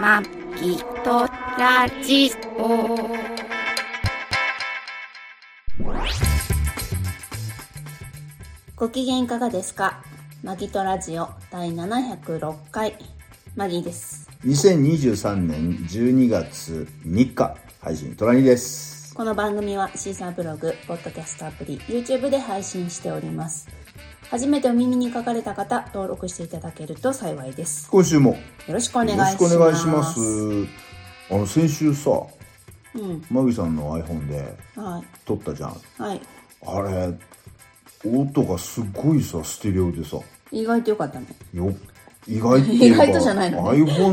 まきとラジオ。ご機嫌いかがですかマギトラジオ第706回マギーです2023年12月3日配信トラニですこの番組はシーサーブログポッドキャストアプリ YouTube で配信しております初めてお耳に書かかれた方登録していただけると幸いです今週もよろしくお願いしよろましすくお願いしますあの先週さうんマギさんの iPhone では撮ったじゃんいはいあれ音がすごいさステレオでさ意外と良かったねよ意外っていう か意外とじゃないの iPhone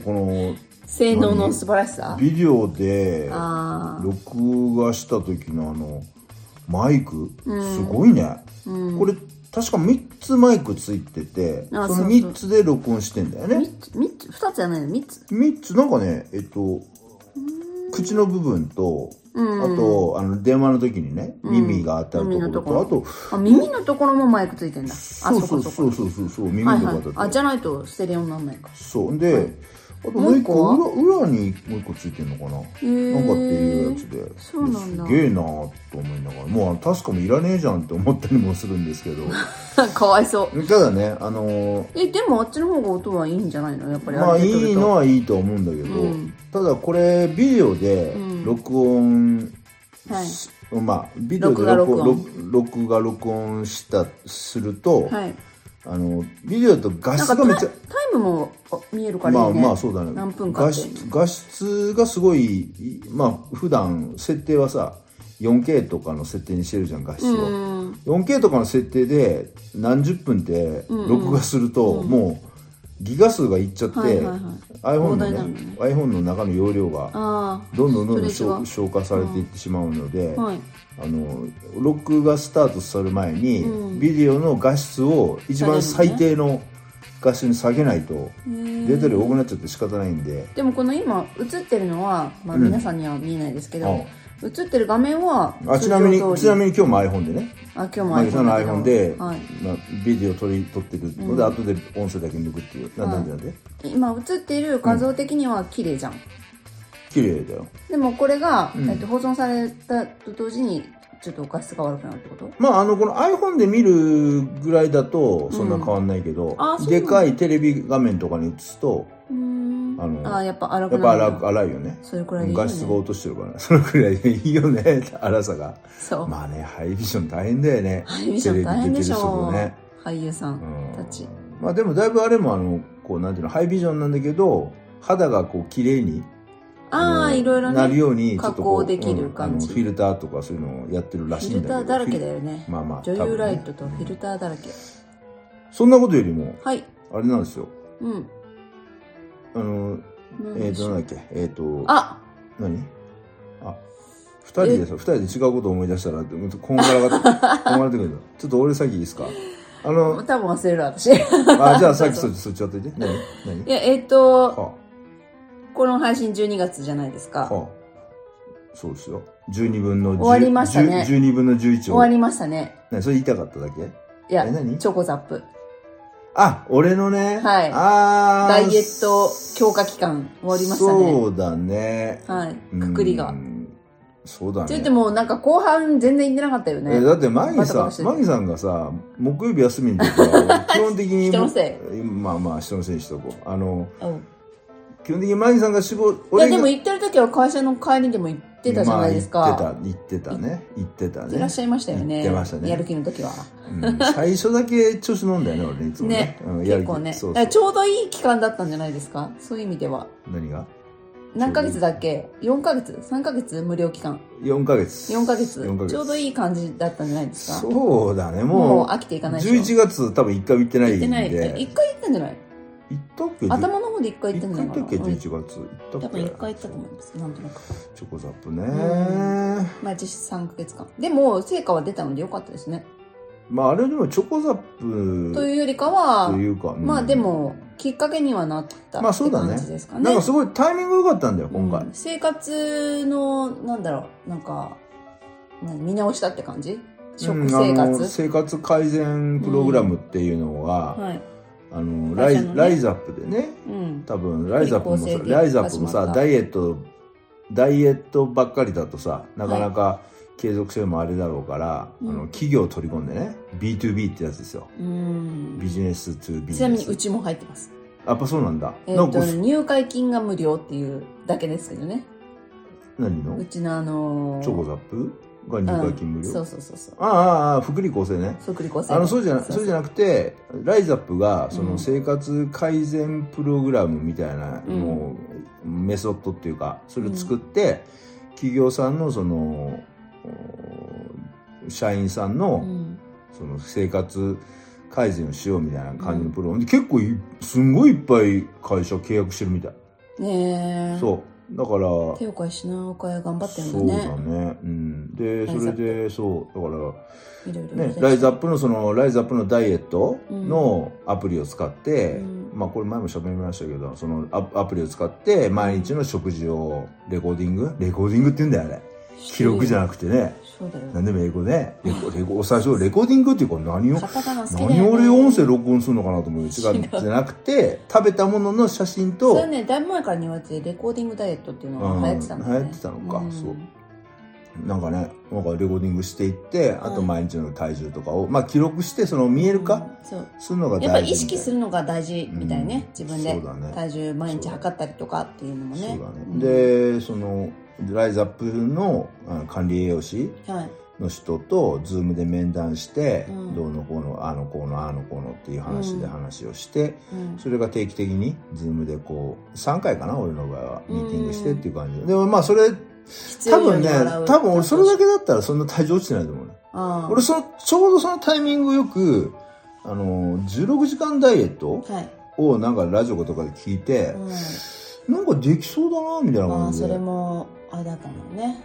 こ性能の素晴らしさのビデオであ録画した時のあのマイクすごいね、これ確か3つマイクついててそあそのうそう3つで録音してんだよね三つ三つ二つじゃないの三つ3つなんかねえっと口の部分と、うんあとあの電話の時にね、ん耳が当たるところ耳のとあととあ耳のところもマイクついてんだあそうそうかそうそうそうそう耳はいのとこはいあ当たってるじゃないとステレオになんないかそうで、あともう一個裏裏にもう一個ついてんのかななんかってーいうやつでそうなんだすげえなーと思いながらもうタスカもいらねえじゃんって思ったりもするんですけ どかわいそうただねあのーえでもあっちの方が音はいいんじゃないのやっぱりまあれで撮るいいとのはいいと思うんだけど、うんただこれビデオでうん録音、はいまあビデオで録画録音録録画録音したすると、はいあのビデオだと画なんか質がめっちタゃイタイムもあ見えるからまいあいねまあそうだね何分かっ画て質画質がすごいいまあ普段設定はさ 4K とかの設定にしてるじゃん画質うを、ん 4K とかの設定で何十分って録画するともうギガ数がいっちゃって、はいはいはい iPhone の膨大なねのね iPhone の中の容量があどんどんどんどんストレージが消消化されていってしまうので、あはいあの録画スタートする前に、うんビデオの画質を一番下げる最のね低の画質に下げないとへー出てる多くなっちゃって仕方ないんで、でもこの今映ってるのは、まあ、うん皆さんには見えないですけど、映ってる画面はあちな通み常に通ちりなみに今日も iPhone でねあ今日もマギさんの iPhone iPhone だけでど、はい、まあ、ビデオ撮り撮ってるので、後で音声だけ抜くっていうなはいなんでなんで今映っている画像的には綺麗じゃん、綺麗だよでもこれが、うんえっと、保存されたと同時にちょっと画質が悪くなるってことまああのこの iPhone で見るぐらいだとそんな変わんないけど、あそうなんだでかいテレビ画面とかに映すとうんあのあやっぱ荒やくっぱなる荒く荒いよねそれくらいでいいよ、画ね、質が落としてるからそのくらいでいいよね荒さがそう、まあねハイビジョン大変だよねハイビジョン大変でしょ、テレビ出てる人もね俳優さうんんたち、まあでもだいぶあれもあのこうなんていうのハイビジョンなんだけど肌がこう綺麗にああのいろいろなるねようにちょっとこう加工できる感じうんあのフィルターとかそういうのをやってるらフしいィんだルタけどーだらけだフよねィまあまあ女多優分ねライトとフィルターだらけ、そんなことよりもはいあれなんですようんあのなんえでっ、しとょうなんだっけえっ、とあ何あ二人でさ二人で違うこと思い出したらうんこんが らがってこんがらがってくるのちょっと俺先いいですかあ多 の分忘れる私いやあじゃあさっきそっちそっちやっといて何何えっ、とはこの配信12月じゃないですかはそうですよ12分の10終わりましたね10 12分の11を終わりましたね何それ言いたかっただけいやえ何チョコザップあ、俺のね。はいあーダイエット強化期間終わりましたねそうだね。はいうんくくりが。そうだね。ついてもなんか後半全然行ってなかったよねえだってマギバタバさタしてん、るマギさんがさ、木曜日休みの時 は、基本的に、人のせまあまあ、人のせいにしとこう。あの、うん基本的にマギさんが絞、いやでがも行ってる時は会社の帰りでも行ってたじゃないですか、まあ言ってた、言ってたね。言ってたいらっしね。ゃいましたよね。行ってましたねやる気の時は。うん最初だけ調子乗んだよね、俺いつもねね。うんやる結気構ね。そうだかそうらちょうどいい期間だったんじゃないですかそういう意味では。何が何ヶ月だっけ ?4 ヶ月 ?3 ヶ月無料期間。 ?4 ヶ月。 4ヶ月四ヶ月。ちょうどいい感じだったんじゃないですかそうだね、もうもう。飽きていかないでしょ。 11月多分1回も行ってない行っんでてない。一回行ったんじゃない行ったっけ頭の方で一回行ったん行じゃったないっけかな。うん11月行ったっけ多分一回行ったと思います。なんとなく。チョコザップねうまあ実質3ヶ月間。でも、成果は出たので良かったですね。まああれでもチョコザップというよりかはと、いうかうんまあでも、きっかけにはなったまあってそうだね感じですかね。なんかすごいタイミング良かったんだよ今う回ん生活のなんだろうなんか何見直したって感じ食うん生あの活、生活改善プログラムっていうのがはいあのラ会社イのねライザップでねうん多分ライザップもさ健康制限ライザップも始さまったダイエットダイエットばっかりだとさなかなか継続性もあれだろうから、うんあの企業を取り込んでね B2B ってやつですようんビジネス 2B ちなみにうちも入ってます、やっぱそうなんだ、えなー、んとか入会金が無料っていうだけですけどね何のうちのあのーチョコザップが入会金無料、うんそうそうそうそうああああ福利厚生ね福利厚生あのそうじゃなそうじゃなくてライザップがそうのん生活改善プログラムみたいな、うんもうメソッドっていうかそれを作って、企業さんのそのお社員さんの,、うんその生活改善をしようみたいな感じのプログラムで、結構いすんごいいっぱい会社契約してるみたい、ねえそうだから手を変え品を変え頑張ってるそんうだだねね、うん、でラそイザれップでそうだからいろいろね、ライズアップのそのライズアップのダイエットのアプリを使って、うんまあこれ前も喋りましたけどそのアアプリを使って毎日の食事をレコーディングレコーディングって言うんだよあれ記録じゃんなくてねそうだよ何でも英語でレコレコ最初レコーディングっていうか何をカタカナ好きだよ、ね、何を俺音声録音するのかなと思う違うじ違うゃなくて食べたものの写真とそれはねだいぶ前からに言われててレコーディングダイエットっていうのが流行ってたんだよね、うん流行ってたのかんそうなんかねなんかレコーディングしていってあと毎日の体重とかを、まあ記録してその見える化、うんそうするのが大事やっぱ意識するるのが大事みたいね、うん自分でそうだね体重毎日測ったりとかっていうのもねそうだね、、でそのライズアップのあの管理栄養士うんはいの人とズームで面談して、うんどうのこうのあのこうのあのこうのっていう話でうん話をして、うんそれが定期的にズームでこう3回かな俺の場合はうんミーティングしてっていう感じで、でもまあそれ必多要以上分にね笑う多分俺それだけだったらそんな体重落ちてないと思うね、ああ俺そのちょうどそのタイミングよくあの16時間ダイエットはい、をなんかラジオとかで聞いて、うん、なんかできそうだなみたいなま感あじそでれもあれだったんだよね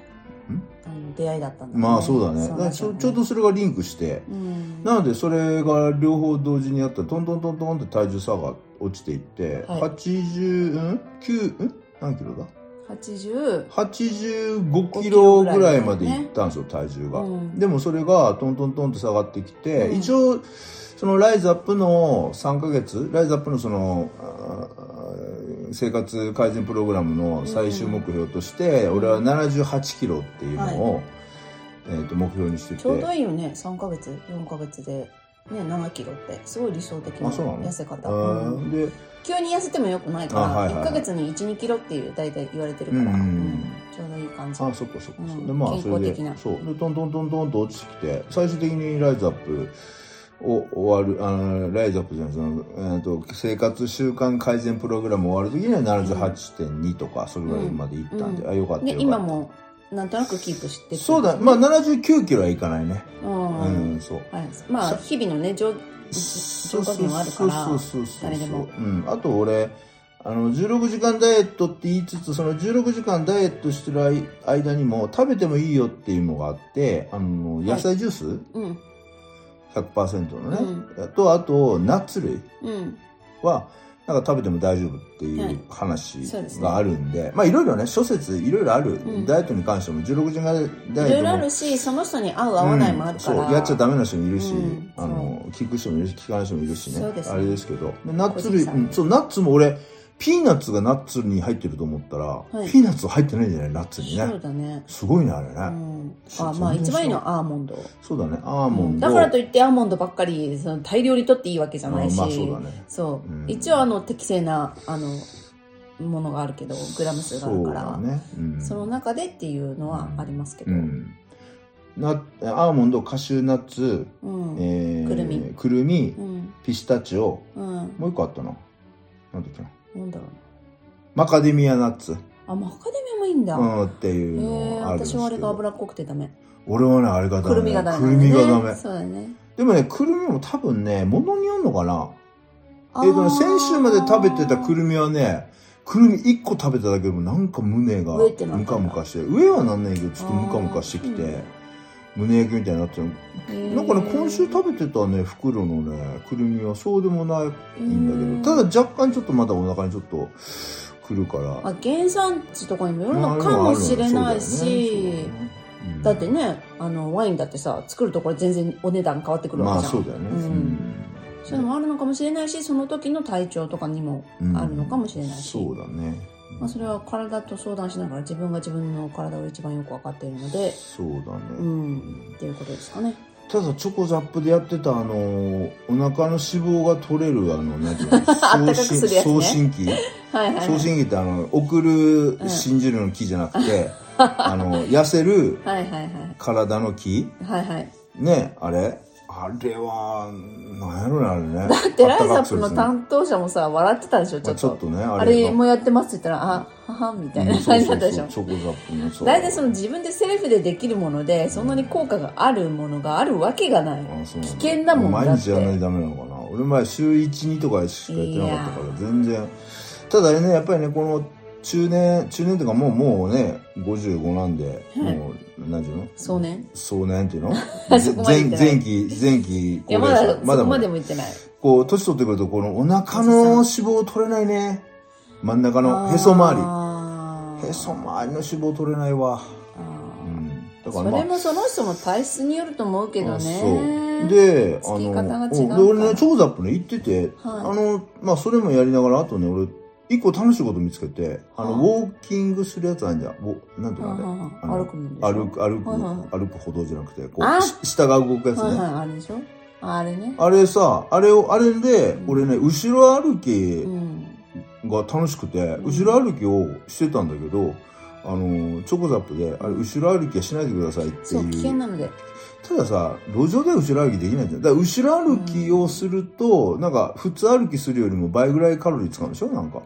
あの出会いだったんだ、ね、まあそうだねなだんかよらちょちょうどそれがリンクしてうんなのでそれが両方同時にやったらトントントントンって体重差が落ちていって、はい80ん9ん何キロだ80 85キロぐらいまでぐらいまでねいったんですよ体重が、うんでもそれがトントントンと下がってきて、うん一応そのライズアップの3ヶ月ライズアップのそのあー生活改善プログラムの最終目標として、うん俺は78キロっていうのを、えー、と目標にしててちょうどいいよね3ヶ月4ヶ月で、ね、7キロってすごい理想的なあそうなの痩せ方、あうんーで急に痩せてもよくないから、あはいはいはい1ヶ月に12キロっていう大体言われてるうかんら、うんううんんちょうどいい感じあそっかそっか、うんそうでまあそれ健康で的なそうでトントントントンと落ちてきて最終的にライズアップを終わるあのライズアップじゃないその、えー、と生活習慣改善プログラム終わる時には78.2とかそれぐらいまでいったんで、うんあよかったよかったで今もなんとなくキープしててそうだまあ79キロはいかないねうん、うん、そうはい、まあさ日々のね上消そう化そう器もあるからそうそうそう誰でもうん、あと俺あの16時間ダイエットって言いつつその16時間ダイエットしてる間間にも食べてもいいよっていうのがあってあのい野菜ジュース、うん100%のね、うとあとナッツ類うんはなんか食べても大丈夫っていう話そうですねがあるんで,、まあいろいろね諸説いろいろある、うんダイエットに関しても16時間ダいイエろいろあットもるしその人に合う合わないもあるから、うんそうやっちゃダメな人もいるし、うんあの聞く人もいるし聞かない人もいるしねそうですねあれですけどでナッツ小杉類、さんうんそうナッツも俺ピーナッツがナッツに入ってると思ったら、いピーナッツは入ってないんじゃないナッツにそうねだね、すごいねあれね、うん、そうあまあ全然一番いいのそはアーモンドそうだねアーモンド、だからといってアーモンドばっかりその大量に取っていいわけじゃないし、うんまあそうだねそううん一応あの適正なあのものがあるけどグラム数があるからそそ,、うだね、うん、の中でっていうのはありますけど、ううんん、なアーモンドカシューナッツ、うんえーくるみくるみうんピスタチオもう一個あったななんだっけななんだろうマカデミアナッツ、あマカデミアもいいんだ、うへん、っていうえのがあるんで私すけどはあれが脂っこくてダメ俺はねあれがダくメるみがダメくるみがダメそうだねでもねくるみも多分ね物によんのかなえっとね先週まで食べてたくみるみはねくるみ1個食べただけでもなんか胸が上ってなったんだムカムカして上はなんないけどちょっとムカムカしてきて、胸焼けみたいになってるなんかね今週食べてたね袋のねくるみはそうでもないんだけどただ若干ちょっとまだお腹にちょっとくるからあ原産地とかにもよるのまあかあるのはあるのもよしれないそうだよしねそうようんだってねあのワインだってさ作るところ全然お値段変わってくるまわあけじゃん、そうだよねうんうんそういうのもあるのかもしれないしその時の体調とかにもうんあるのかもしれないし、そうだね。まあ、それは体と相談しながら自分が自分の体を一番よく分かっているのでそうだね。うんっていうことですかねただチョコザップでやってたあのお腹の脂肪が取れるあのなん ていうのかくするやつね送信機はいはい、は送い、信機ってあの送るうん信じるの木じゃなくてあの痩せるはいはいはい体の木はいはいねあれあれはなんやろ ねあれねだでライザップの担当者もさ笑ってたでしょちょっちょっととねああれれがもやってますって言ったらあははみたいうんなそ感うじだそうったでしそうょチョコザップのそう大体その自分でセルフでできるものでそんなに効果があるものがあるわけがないあそうな危険だもんだって毎日やらないとダメなのかな俺前週12とかしかやってなかったから全然ただねやっぱりねこの中年中年とかもうもうね55なんで、はいもう何ていうのそうね壮年っていうの そこまでい前ってない前期前期いやまだそまだこままでだもいってないこう年取ってくるとこのお腹の脂肪取れないね真ん中のへそ周周りへそ周りの脂肪取れないわ、うん、だからそまあれもその人の体質によると思うけどあねそうであ付き方がの違うからで俺ね超ザップね行ってて、はいあのまあそれもやりながらあとね俺一個楽しいこと見つけてあの、はウォーキングするやつあんじゃんウォなんていうはのあいれ、はいあのはい歩くんでしょ歩く歩く、はいは歩く歩道じゃなくてこあうし下が動くやつね、はいはいあれでしょあれねあれさあれをあれで、うん俺ね後ろ歩きうんが楽しくて、ん後ろ歩きをしてたんだけどあのチョコザップであれ後ろ歩きはしないでくださいってそいうう危険なのでたださ路上では後ろ歩きできないじゃんだから後ろ歩きをすると、なんか普通歩きするよりも倍ぐらいカロリー使うんでしょなんか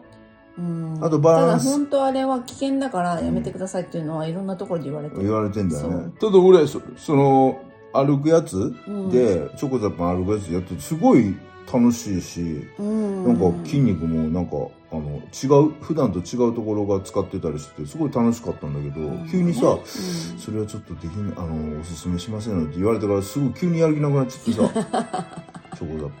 うんあとバランスただ本当あれは危険だからやめてくださいっていうのはいろんなところで言われて言るわれてんだよそねうただ俺そその歩くやつうんで、チョコザップの歩くやつやってすごい楽しいし、うんなんか筋肉もなんかあの違う普段と違うところが使ってたりしてすごい楽しかったんだけど、うん急にさ、うんそれはちょっとできんあのおすすめしませんのでって言われたからすぐ急にやる気なくなっちゃって さチョコザップ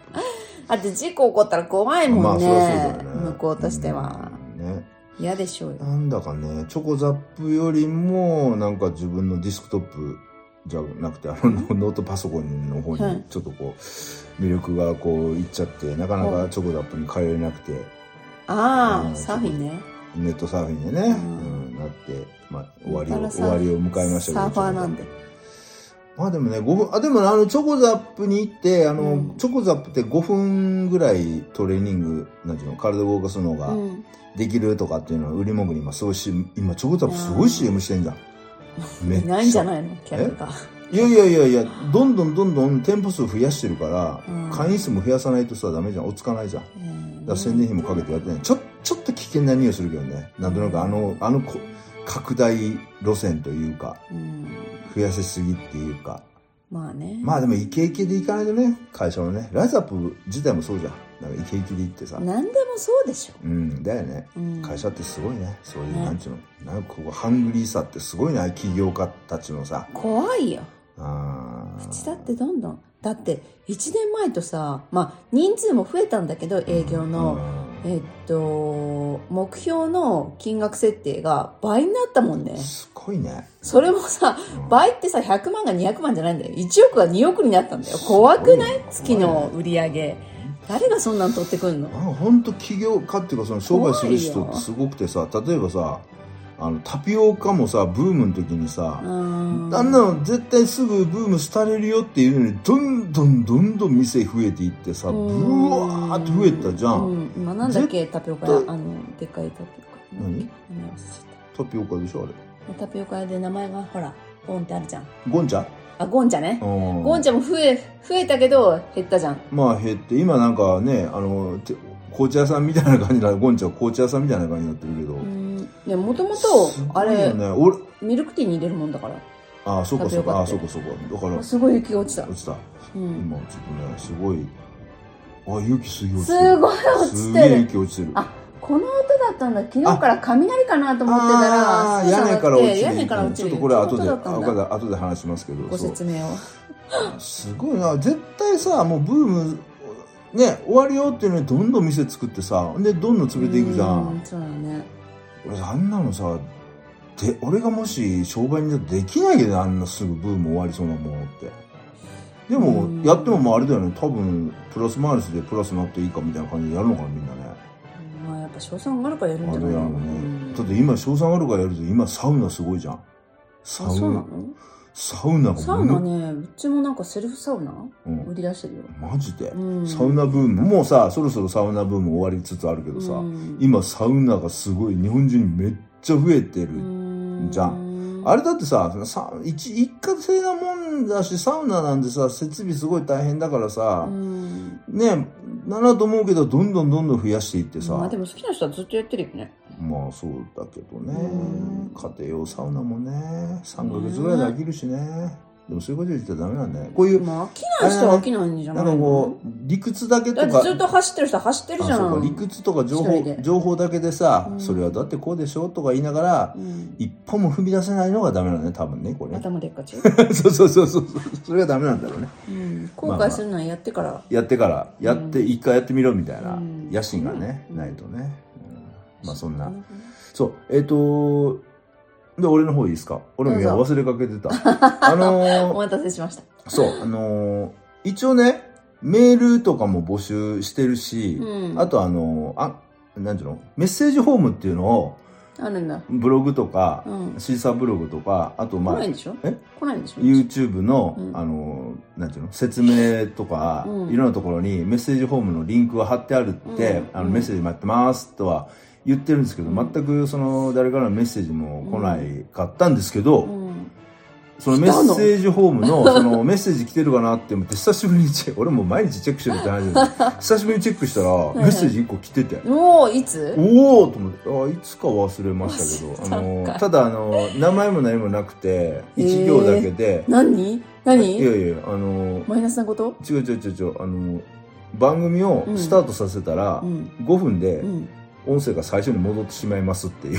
だって事故起こったら怖いまもんあね,、そりゃそうだよね向こうとしては、うんね嫌でしょうよなんだかねチョコザップよりもなんか自分のディスクトップじゃなくてあのノノートパソコンの方はいにちょっとこう魅力がこういっちゃってなかなはかチョコザップに通えなくてああ、うんサーフィンねネットサーフィンでね、うんうんなって、まあ、終わりだかをらさ終わりを迎えましたけどサーファーなんでまあでもね5分あでもねあのチョコザップに行ってあの、うんチョコザップって5分ぐらいトレーニングなんていうの体を動かすのが、うんできるとかっていうのは売り文句に今そうし今チョコザップすごい CM してんじゃんめっいちゃないんじゃないのキャラがいやいやいやいやどんどんどんどん店舗数増やしてるから、うん会員数も増やさないとさダメじゃん落ち着かないじゃんだかうんら宣伝費もかけてやってないちょちょっと危険な匂いするけどねなんとなくあのあのこ拡大路線というかうん増やせすぎっていうかまあねまあでもイケイケでいかないとね会社のねライズアップ自体もそうじゃんなんかイケイケでいってさ何でもそうでしょ、うんだよねうん、会社ってすごいねそういう、ねなんちゅうのなんかここハングリーさってすごいな起業家たちのさ怖いよあーうちだってどんどんだって1年前とさまあ人数も増えたんだけど営業の、えっと目標の金額設定が倍になったもんねうんすごいねそれもさうん倍ってさ100万が200万じゃないんだよ1億が2億になったんだよ怖くないすご月ねの売り上げ誰がそんなん取ってくんなのんか本当起業家っていうかその商売する人っ怖いてよすごくてさ例えばさあのタピオカもさブームの時にさ、うんあんなの絶対すぐブーム廃れるよっていうのにどんどんどんどん店増えていってさブうんワーって増えたじゃん、うん今なんだっけタピオカ屋あのでっかいタピオカ何名前忘れちゃタピオカでしょあれったタピオカ屋で名前がほらゴンってあるじゃんゴンチャあゴンチャねうんゴンチャも増え増えたけど減ったじゃんまあ減って今なんかねあのて紅茶屋さんみたいな感じなゴンチャ紅茶屋さんみたいな感じになってるけど、うんでもともとすごあいれよね俺ミルクティーに入れるもんだからあそうかそうかあタピそオうかそうかだからすごい雪が落ちた落ちたうん今ちょっとねすごいあ雪すげえ落ちてすごい落すちげてえる雪落ちてるあこの音だったんだ昨日から雷かなと思ってたらあすーぐ下が屋って根から落ちる屋根から落ちるちょっとこれ後そでのあ音だったんだ後で後で話しますけどごそう説明をすごいな絶対さもうブームね終わるよっていうのにどんどん店作ってさでどんどん潰れていくじゃんうそうだね俺あんなのさで俺がもし商売人だとできないけどあんなすぐブーム終わりそうなものってでうもんやってもまああれだよね多分プラスマイナスでプラスになっていいかみたいな感じでやるのかなみんなねまあやっぱ賞賛があるからやるんあじゃれないやろのうねだって今賞賛あるからやると今サウナすごいじゃんサあそうウなナサウナのがサウナねうちもなんかセルフサウナうん売り出してるよ、マジでうん、サウナブームもうさそろそろサウナブーム終わりつつあるけどさ、うん今サウナがすごい日本中にめっちゃ増えてる、うんじゃあれだってささ一一過性なもんだしサウナなんてさ設備すごい大変だからさ、うんねならと思うけどどんどんどんどん増やしていってさ、ままああで、も好きな人はずっとやってるよねそうだけどね、うん家庭用サウナもね3ヶ月ぐらいで飽きるしね、でもそういうこと言っちゃダメなんだねこういうまあ飽きない人は飽きないんじゃなないんかのこう理屈だけとだかってずっと走ってる人は走ってるじゃあそうんか理屈とか情一報人で情報だけでさ、うんそれはだってこうでしょとか言いながらうん一歩も踏み出せないのがダメなんだね多分ねこれね頭でっかち、 そうそうそうそうそれがダメなんだろうねうん、後悔するのはやってから、やってからやってうん一回やってみろみたいなうん野心がね、うんないとね、うんまあそんなそうえっ、とで俺の方いいですか俺もいやどう忘れかけて たあおのー待たせしましたそうあのー一応ねメールとかも募集してるし、うんあとあのーあなんていうのメッセージフォームっていうのをあるんだブログとか、うんシーサーブログとかあと来まあないんでしょえ来ないんでしょ YouTube の、うんあのなんていうの説明とか、うんいろんなところにメッセージフォームのリンクが貼ってあるって、うんあのうんメッセージ待ってますとは言ってるんですけど、うん全くその誰からのメッセージも来ないかったんですけど、うんそのメッセージフォームのそのメッセージ来てるかなって思って久しぶりにチェック俺もう毎日チェックしてるって話 だけど久しぶりにチェックしたらいメッセージ1個来てて。もういつおおと思ってあいつか忘れましたけどあ忘れたんのかいただあの名前も何もなくて1行だけで、何いや何いやあのマイナスなこと違う違う違う違うあの番組をスタートさせたら、うん5分でうん音声が最初に戻ってしまいますっていう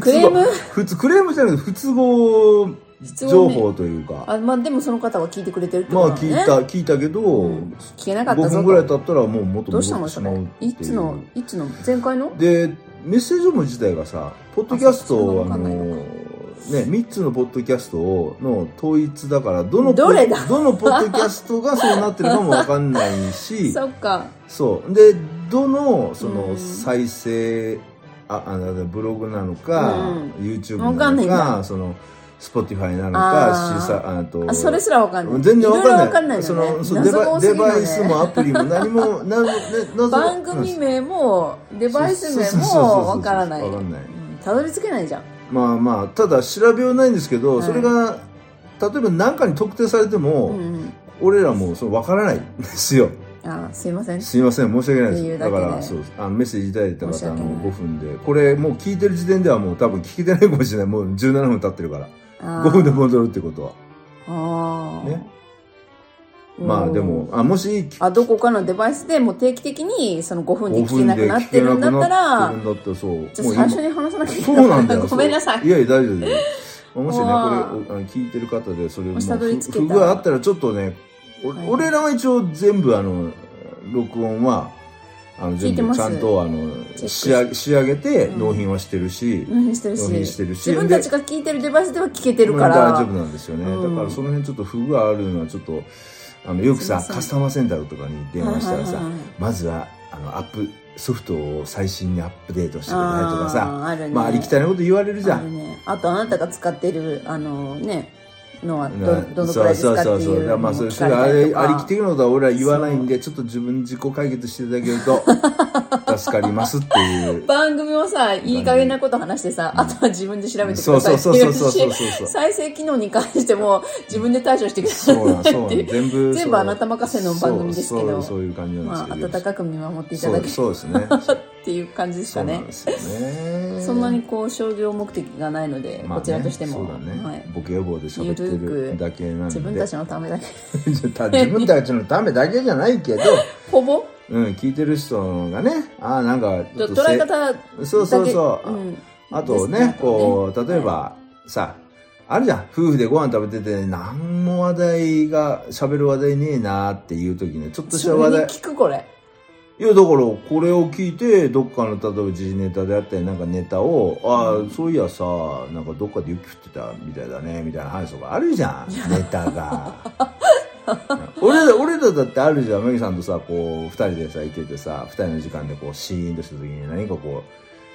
ク通レーム普通クレームじゃなくて不都合必要情ね報というか、あまあでもその方は聞いてくれてるってまことあだ聞ねいた聞いたけど、うん聞けなかったぞ5と分ぐらい経ったらもう元ど戻うしたっのてそしまれうっていういつのいつの前回のでメッセージフォーム自体がさポッドキャストをああそっかそんなのの考えね3つのポッドキャストをの統一だからどのどれだどのポッドキャストがそうなってるかもわかんない しそっかそうでどのそうのん再生ああのブログなのか、うん YouTube わかなんなのいかなその Spotify なのあかーシーサあとあそれすらわかんない全然わかろんないろわかんないそよねのそうデ謎がバ多すぎデるよバねイスもアプリも何も何も、ね、謎 が番組名もデバイス名そうそうそうそうそうもわからないわかんないうんたどり着けないじゃんまあまあただ調べようないんですけど、はいそれが例えば何かに特定されても、うん俺らもその分からないんですようんあすいませんすいません申し訳ないっていですうだけでからそうあのメッセージいただいた申し方あ訳のない5分でこれもう聞いてる時点ではもう多分聞けてないかもしれないもう17分経ってるから5 5分で戻るってことはあーねまあでもあもし聞あどこかのデバイスでもう定期的にその5分で5聞け分なくでなっ聞てけるなんくだったならってるんだったらそうじゃあも最う今初に話さなきゃいけそうなんだよ ごめんなさいいやいや大丈夫ですよもしねこれおわああの聞いてる方でそれもし辿り着けた不具合あったらちょっとねおはい俺らは一応全部あの録音はあの聞い全て部ますちゃんとあのチェックし仕上げ仕上げてうん納品はしてるし、納品してるし納品してるし自分たちが聞いてるデバイスでは聞けてるから、まあ大丈夫なんですよね、うんだからその辺ちょっと不具合あるのはちょっとあのよくさすいませんカスタマーセンターとかに電話したらはさ、いはいはいまずはあのアップソフトを最新にアップデートしてくださいとかさあーあるねまあありきたりなこと言われるじゃあんるねあとあなたが使ってるあのねのはなどどのくらいですかってそうそうそうそういうだからのもまあそれ聞それかあれれあたりきりてとかるのとは俺は言わないんでちょっと自分自己解決していただける と助かりますっていう番組もさいい加減なこと話してさ、あとは自分で調べてください ってそういそううそうそうそうそうそしう再生機能に関しても自分で対処してくださそうなんいそうってないんう全 部全部あなた任せの番組ですけそうそどうそういう感じなんですまけあど、温かく見守っていたそだうけるそうですねっていう感じですそかうなねんですよねそんなにこう商業目的がないので、まあねこちらとしても、そうだね、はい、ボケ予防で喋ってゆるるくだけなんで自分たちのためだけ 自分たちのためだけじゃないけど、ほぼうん、聞いてる人がねああなんかちょっとせ捉え方だけそうそうそう、んあとねこう例えば、さあるじゃん夫婦でご飯食べてて何も話題が喋る話題ねえなっていう時ねちょっとしそたれ話に題聞くこれいやだからこれを聞いてどっかの例えば時事ネタであったりなんかネタをああそういやさなんかどっかで雪降ってたみたいだねみたいな話とかあるじゃんネタが 俺ら、俺らだってあるじゃん、メギさんとさ、こう、二人でさ、いててさ、二人の時間でこう、シーンとした時に何かこ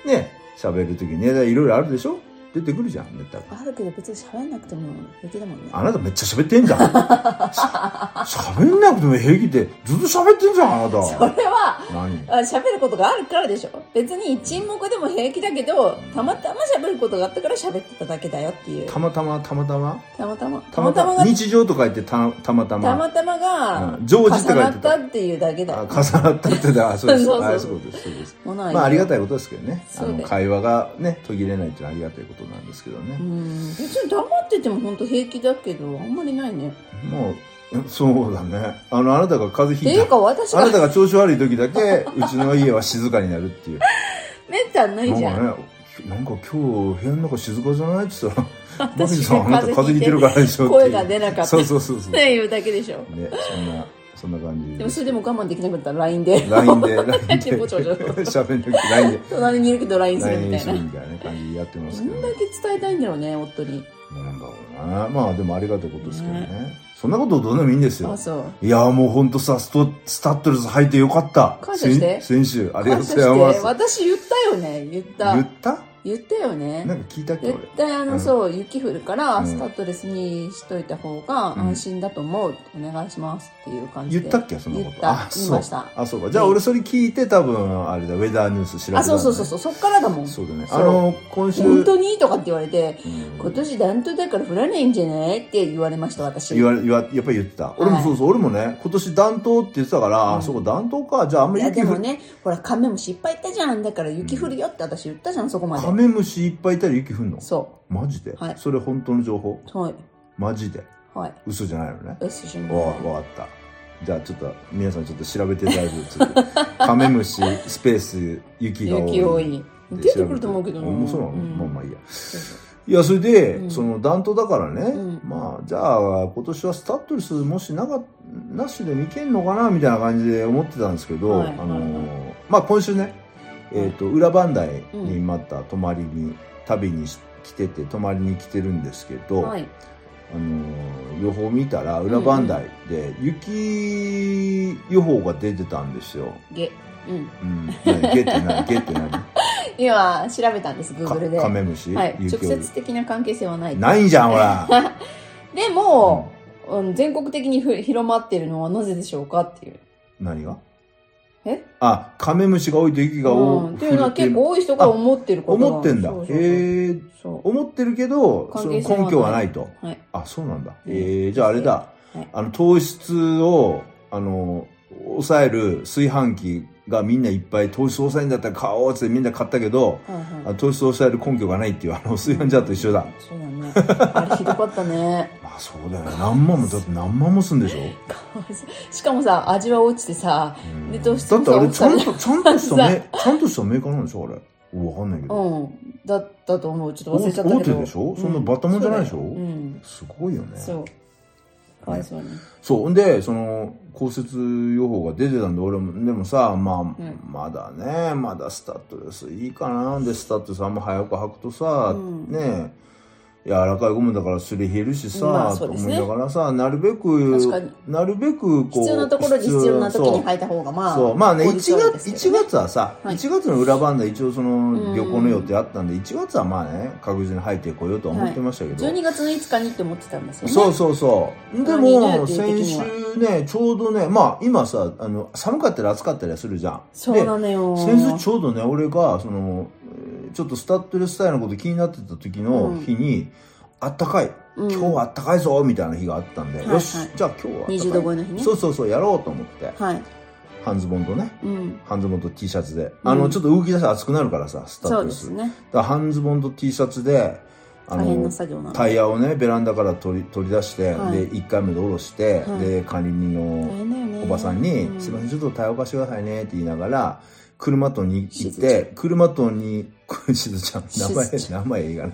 う、ね、喋る時にね、いろいろあるでしょ出てくるじゃん、ネタが。あるけど別に喋んなくても平気だもんねあなためっちゃ喋ってんじゃ ん。し喋んなくても平気で、ずっと喋ってんじゃん、あな そた。れは何あ喋ることがあるからでしょ別に沈黙でも平気だけどたまたま喋ることがあったから喋ってただけだよっていうたまたま、たまたまたまたまたたままたたままが日常と書いてたたまたたま。またまがうん常時って書重いてたなったっていうだけだあよ重なったってだ、あそうです。そうそうはいそうです。そうです。ものはまあ、ありがいたいことですけどね。あそうの、です会話がね、途切れないっていうのはありがたいことなんですけどねう。ん別に黙ってても本当平気だけどあんまりないねもう、そうだね。あの、あなたが風っ邪てひいいうか私た。あながたが調子悪い時だけ、うちの家は静かになるっていう。めったにないじなゃんんかね、なんか今日部屋の中静かじゃないってさ、マキ私さん、あなた風邪ひいてるからでしょってい声うが出なかったそうっそうそうそう。ね、ていうだけでしょそんな、そんな感じでもそれでも我慢できなかったら LINE で LINE で、LINE で、ぼちぼち喋んなくて、LINE で、隣にいるけど LINE するみ LINE たいするなみたいな感じでやってますどけどんね。だけ伝えたいんだろうね夫になんだろうな。まあでもありがたいことですけどね。そんなことどうでもいいんですよあ。そういやーもうほんとさ、スト、スタッドレス履いてよかった。感謝して先先週、ありがと感謝うござしています。私言ったよね言った言った言ったよねなんか聞いたっけ俺絶。対あの、うんそう雪降るからうんスタッドレスにしといた方が安心だと思う、お願いしますっていう感じ言っでたっけそんなこ言と。ったあ、言いそうました。あ、そうか。じゃあ俺それ聞いて多分、あれだ、ウェザーニュース調べたんだねあそうそうそうそうそっからだもんそうだね。そうあの、今週、本当にとかって言われてうん今年暖冬だから降らないんじゃないって言われました私言われ、言わ、やっぱり言ってた。俺もそうそう、俺もね、今年暖冬って言ってたから、あ、そうか、暖冬か。じゃああんまいりや雪で降もる。ねほらカメムシいっぱいいたじゃんだから雪降るよって私言ったじゃんそこまでカメムシいっぱいいたら雪降んのそマジではいそれ本当の情報うはいマジではい嘘じゃないのねよしじゃわあわかったじゃあちょっと皆さんちょっと調べていただいてちょっと カメムシスペース雪が多い雪多いで出てくると思うけど調なべてあもうそうなの、うんまあまあいいやそうそういやそれで、うんその暖冬だからね、うんまあじゃあ今年はスタッドレスもしなかなしでもいけんのかなみたいな感じで思ってたんですけど、はいあのはーいまあ今週ね、えー、と裏磐梯にうまた泊まりに旅にし来てて泊まりに来てるんですけど、はいあのー予報見たら裏磐梯で雪予報が出てたんですよ。げうんうん、ねゲって何ゲっ て何今調べたんですグーグルでカはメムシ、い直雪を接的な関係性はないないじゃんほらでも、うん全国的にふ広まってるのはなぜでしょうかっていう何がえあカメムシが多いと雪が多うん、っていうのは結構多い人が思ってること思ってんだそうそうそうへえそう思ってるけどそ関の係性はな根い拠はないとはいあそうなんだ、うんえーじゃああれだ、はいあの糖質をあの抑える炊飯器がみんないっぱい糖質抑えんだったら買おうっつってみんな買ったけど、はいはあい糖質を抑える根拠がないっていうあの炊飯ジャーと一緒だ、そうだねあれひどかったね まあそうだよね何万もだって何万もすんでしょ、しかもさ味は落ちてさうんで糖質だってあれもちゃさんとちゃんとしさた メちゃんとしたメーカーなんでしょあれ分かんないけど、うんだったと思うちょっと忘大れち手ゃった大け手どでしょ、そんなバッタモンじゃないでしょ、うんうんすごいよねそうかわいそうにそう。ほんで、その、降雪予報が出てたんで、俺も、でもさ、まあ、んまだね、まだスタッドレスいいかな。で、スタッドレスあんま早く履くとさ、うんね柔らかいゴムだからすり減るしさ、まあそうですねと思いながらさ、なるべく、確かになるべく、こう。必要なところに必要な時にそう履いた方がまあそうまあね1効率はいいで月すけ1どね月はさ、はい1月の裏番で一応そのん旅行の予定あったんで1月はまあね確実に入ってこようとは思ってましたけど、 12月の5日にって思ってたんですよねそうそうそう。であも、の20先的に週はね、ちょうどね、まあ、今さ、あの、寒かったり暑かったりはするじゃん。そうなのよで先週ちょうどね、俺が、その、えーちょっとスタッドレスタイルのこと気になってた時の日に、あったかい、うん今日はあったかいぞ、みたいな日があったんで、いはいよし、じゃあ今日はあったかい。 20度超えの日ねそうそうそう、やろうと思って、はい半ズボンとね、うん半ズボンと T シャツで。あの、うんちょっと動き出したら暑くなるからさ、スタッそドうレでス。すねだから半ズボンと T シャツで、あ大変な作業なんでタイヤをねベランダから取り取り出して、はいで1回目で下ろして、はいで管理人大の変だよねおばさんに「うすいませんちょっとタイヤを貸してくださいね」って言いながら車とに行って車とに こしずちゃん名前しずち名前いいかな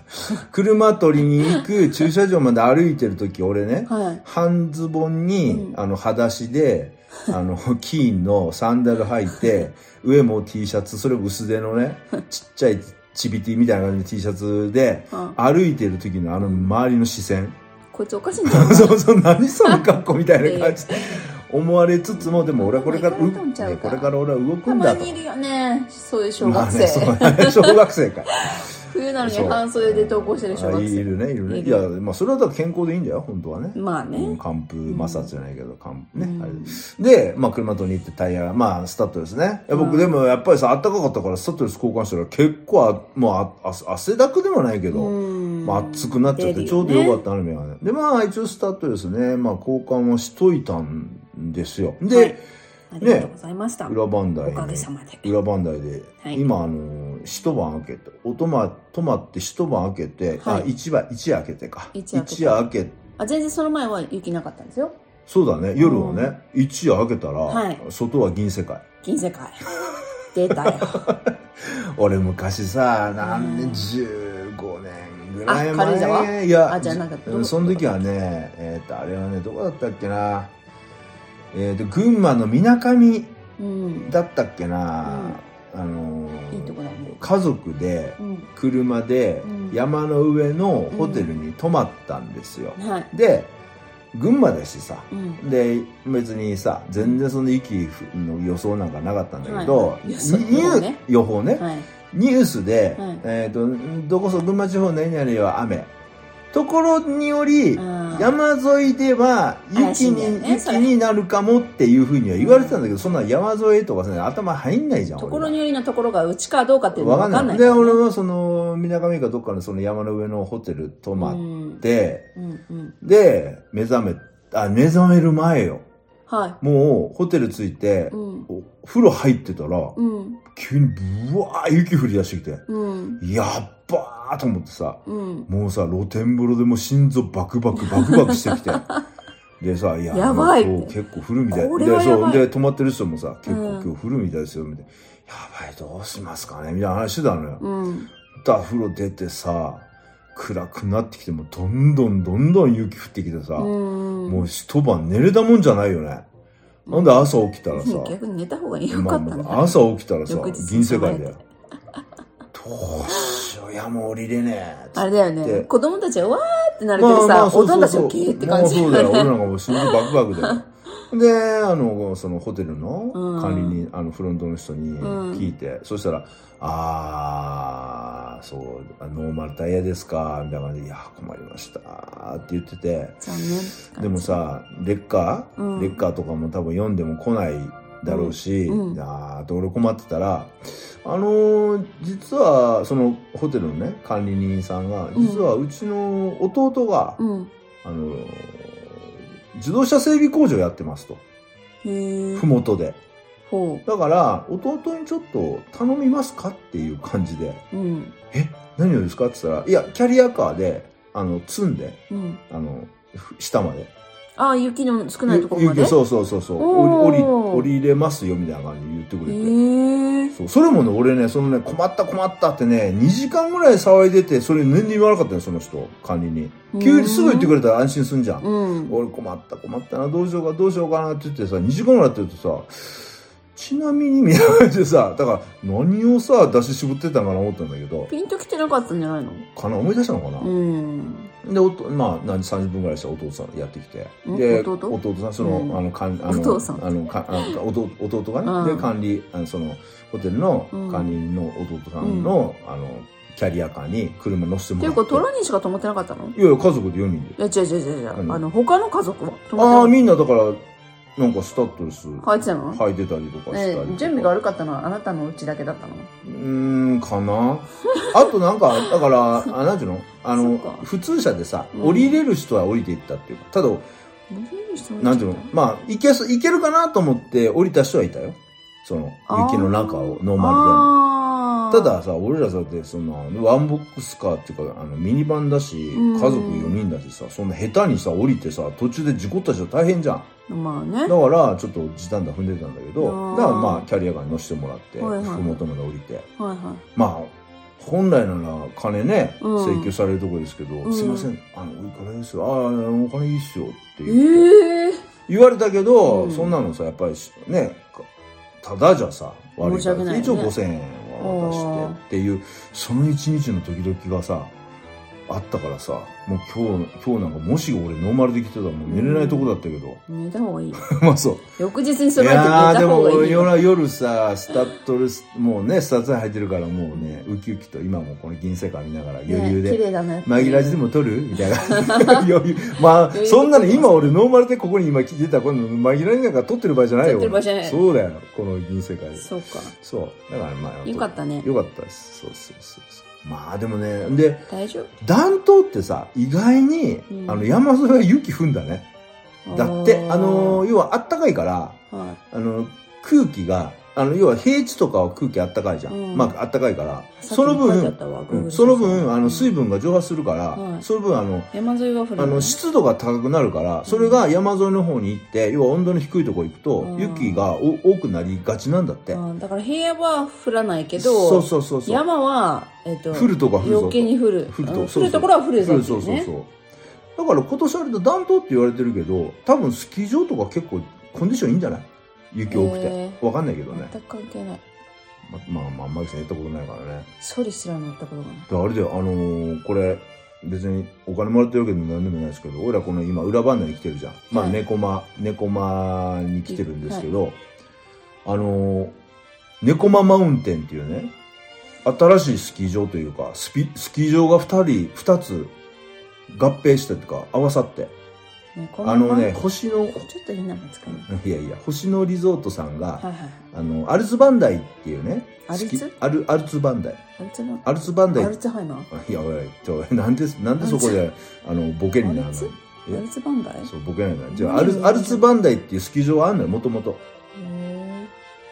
車取りに行く駐車場まで歩いてる時俺ね、はい半ズボンに、うんあの裸足であのキーンのサンダル履いて上も T シャツそれ薄手のねちっちゃいチビティみたいな感じの T シャツでうん歩いてる時のあの周りの視線 こいつおかしいんじゃないそうそう、何その格好みたいな感じで思われつつも、でも俺はこれから、まあう意外とんちゃうねかこれから俺は動くたんまだとにい。るよねそういう小 まあ学生、ね、そうね小学生か。冬なのにそう半袖で登校してる小あ学い生るね、いるね。いるいや、まあそれはだから健康でいいんだよ、本当はね。まあね、うん寒風摩擦じゃないけど、寒風ね、うんあれで、まあ、車とに行ってタイヤ、まあ、スタッドレスね。いうやん僕、でも、やっぱりさ、あったかかったから、スタッドレス交換したら、結構あ、もうあ、あ汗だくでもないけど、うんまあ、暑くなっちゃって、出るちょようねどよかったの、目がね。で、まあ、一応スタッドレスね、まあ、交換はしといたんですよ。で、はいありがとうございました、裏磐お梯かげにさまで裏磐梯で、はい今あの一晩開けてお泊ま泊まって一晩開けて、はいあ一晩一夜開けてか一夜明けて夜明けあ全然その前は雪なかったんですよそうだね夜はね一夜明けたら、はい外は銀世界銀世 界出たよ俺昔さ何う年ん15年ぐらいあ軽井沢前いやあじゃあなんかどこうんその時はねえっ、とあれはねどこだったっけなえっ、と群馬のみなかみうんだったっけな、あのいいとこだね家族でうん車でうん山の上のホテルに泊まったんですよ、はいで群馬だしさうんで別にさ全然その息の予想なんかなかったんだけど、はいニ予想ュ予報ね予報ね、はいニュースで、はいえー、とどこそ群馬地方何々は雨ところにより、うん山沿いでは怪しい雪んだよに,、ねそ雪れになるかもっていうふうには言われてたんだけど、そんな山沿いとかさ頭入んないじゃんと俺こらろによりのところがうちかどうかっていうのわはかわんかない。んないで、からね俺はその、みなかみかどっかのその山の上のホテル泊まっうんて、うんうんで、目覚め、あ、目覚める前よ。はもう、ホテル着いてい、うんお風呂入ってたら、うん急にブワー雪降り出してきて、うんやっばーと思ってさ、うんもうさ、露天風呂でもう心臓バクバクバクバクして きて。でさ、いや、やばいってもう今日結構降るみたい。これはで、やばそ、いうで、泊まってる人もさ、結う構ん今日降るみたいですよ、みたいな。やばい、どうしますかねみたいな話してたのよ。うんダ風呂出てさ暗くなってきてもどんどんどんどん雪降ってきてさ、うんもう一晩寝れたもんじゃないよね、なんで朝起きたらさ、逆に寝た方がよかったんだ、まあ朝起きたらさ翌日銀世界だよどうしよう山降りれねえあれだよねで子供たちはわーってなるけどさ、そう大人そうたちそうはゲーって感じもうそうだよ俺なんかもう心臓バクバクだよであのそのホテルのうん管理人、あのフロントの人にうん聞いて、そしたら「ああそうあノーマルタイヤですか」みたいな感じで「いや困りました」って言ってて残念でもさレッカー、うんレッカーとかも多分読んでも来ないだろうし、うんうんあーと俺困ってたらあのー実はそのホテルのね管理人さんがん実はうちの弟が、うんあのー自動車整備工場やってますとへー麓でほだから弟にちょっと頼みますかっていう感じでううん何をですかって言ったらいやキャリアカーであの積んでうんあのふ下までああ雪の少ないところまでゆゆそうそうそうそうお降りー降り降りれますよみたいな感じで言ってくへれて、えそうそれもね俺ねそのね困った困ったってね2時間ぐらい騒いでてそれ全然言わなかったよその人管理に急にすぐ言ってくれたら安心すんじゃん、うん俺困った困ったなどうしようかどうしようかなって言ってさ2時間ぐらいやってるとさちなみにみたいな感じでさだから何をさ出し絞ってたんかな思ったんだけどピンときてなかったんじゃないのかな思い出したのかな、うんでおとまあ何30分ぐらいしたらお父さんやってきてんで弟さんその、うんあのかんあのお父さんあのかあの弟弟がね、うんで管理あのそのホテルのうん管理人の弟さんの、あのキャリアカーに車乗せてもていうらってかトラにしか泊まってなかったのいいやいや家族で4人でや違う違う違う違う何あの他の家族は泊あまってなかあっみんなだからなんかスタッドレスた入ってたの、履いてたりとかしたりえと準か、備が悪かったのはあなたのうちだけだったのうーんかな あとなんかだからあなんていうのあのそっか普通車でさ、うん降りれる人は降りていったっていうかただなんていうのまあ行けそう行けるかなと思って降りた人はいたよその雪の中をノーママルでもたださ俺らさってそんなワンボックスカーっていうかあのミニバンだしん家族4人だしさそんな下手にさ降りてさ途中で事故った人大変じゃんまあだねからちょっと時短だ踏んでたんだけあどーだからまあキャリアカーに乗せてもらってはいはいふもとまで降りてはいはいまあ、本来なら金ね、うん請求されるとこですけど、んすいません、あの、おいくらですよ、ああ、お金いいっすよっえてえ言って、言われたけど、うんそんなのさ、やっぱりしね、かただじゃさ、悪い申しから、訳ないよね一応5000円は渡してっていう、その一日の時々がさ、あったからさ、もう今日、今日なんかもし俺ノーマルで来てたらもう寝れないとこだったけど。寝た方がいい。 まあそう。翌日にい備えて寝やーでた方もがいいよ。夜夜さスタッドレスもうねスタッドレス履いてるからもうねウキウキと今もこの銀世界見ながら余裕ね綺で、麗だね。紛らわしでも撮るみたいな 余裕まあ余裕そんなの今俺ノーマルでここに今出たこの紛らわしなんか撮ってる場合じゃないよ撮ってる場合じゃないそうだよこの銀世界でそうか。そうだからまあよかったねよかったですそうそうそうそうまあでもねで大丈暖冬ってさ意外に、うんあの山沿いは雪降んだね夫だってあの、要はあったかいからはあの、空気が、あの、要は平地とかは空気あったかいじゃん。うんまあ、あったかいから。いそのさっきも書いてあっ分、たわう Google んその分、あの、水分が蒸発するから、はいその分、あの、山沿いは降るあの、湿度が高くなるから、それが山沿いの方に行って、要は温度の低いところ行くと、うん雪がお多くなりがちなんだって。うんだから平野は降らないけどそうそうそうそう。山は、えっと降るとこは降るぞ余計に降る降うるとん降るところは降るぞ降っるていそううそうねそう。だから今年あれだ、暖冬って言われてるけど、多分スキー場とか結構コンディションいいんじゃない雪多くて。えわかんないけどね。全く関係ないままあまあ、マギさんやったことないからね。ソリすら乗ったことがないであれだよ、あのーこれ、別にお金もらってるわけでも何でもないですけど、俺らこの今、裏番内に来てるじゃん。まあ、はい猫間、猫間に来てるんですけど、あのー猫間マウンテンっていうね、新しいスキー場というか、スピ、スキー場が二人、二つ合併してというか、合わさって、ねこあのね、まま星野、ちょっといい名前使うのいやいや、星野リゾートさんが、はいはいあの、アルツバンダイっていうね、アルツスキアル、アルツバンダイ。アルツのアルツバンダイアルツハイマーいや、おい、ちょ、なんで、なんでそこで、あの、ボケになるアのルツえアルツバンダイへそう、ボケになる。じゃあ、何アルツ、アルツバンダイっていうスキー場あんのよ、もともと。え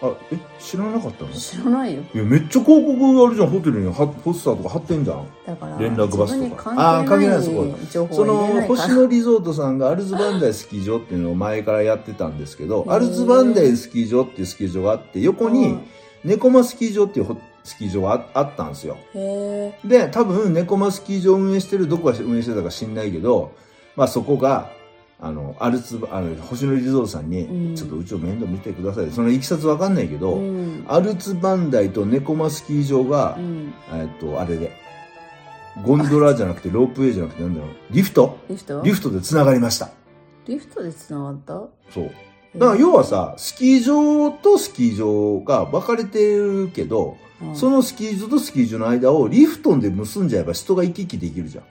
あ、え、知らなかったのい知らないよや、めっちゃ広告あるじゃん、ホテルにはポスターとか貼ってんじゃん。だから連絡バスとか自分にあー関関係係なないいそ情報そはの入れないから星野リゾートさんがアルツバンダイスキー場っていうのを前からやってたんですけどへ、ーアルツバンダイスキー場っていうスキー場があって、横うにん猫間スキー場っていうホスキー場がああったんですよ。へで、多分、猫マスキー場運営してる、どこが運営してたか知んないけど、まあそこが、あの、アルツバ、あの、星野リゾートさんに、うんちょっとうちを面倒見てください。そのいきさつわかんないけえど、うんアルツバンダイと猫マスキー場がう、んえっと、あれで、ゴンドラじゃなくて、ロープウェイじゃなくて、なんだろう、リフトリフトリフトで繋がりました。リフトで繋がったそう。だから要はさ、スキー場とスキー場が分かれてるけど、うんそのスキー場とスキー場の間をリフトンで結んじゃえば人が行き来できるじゃん。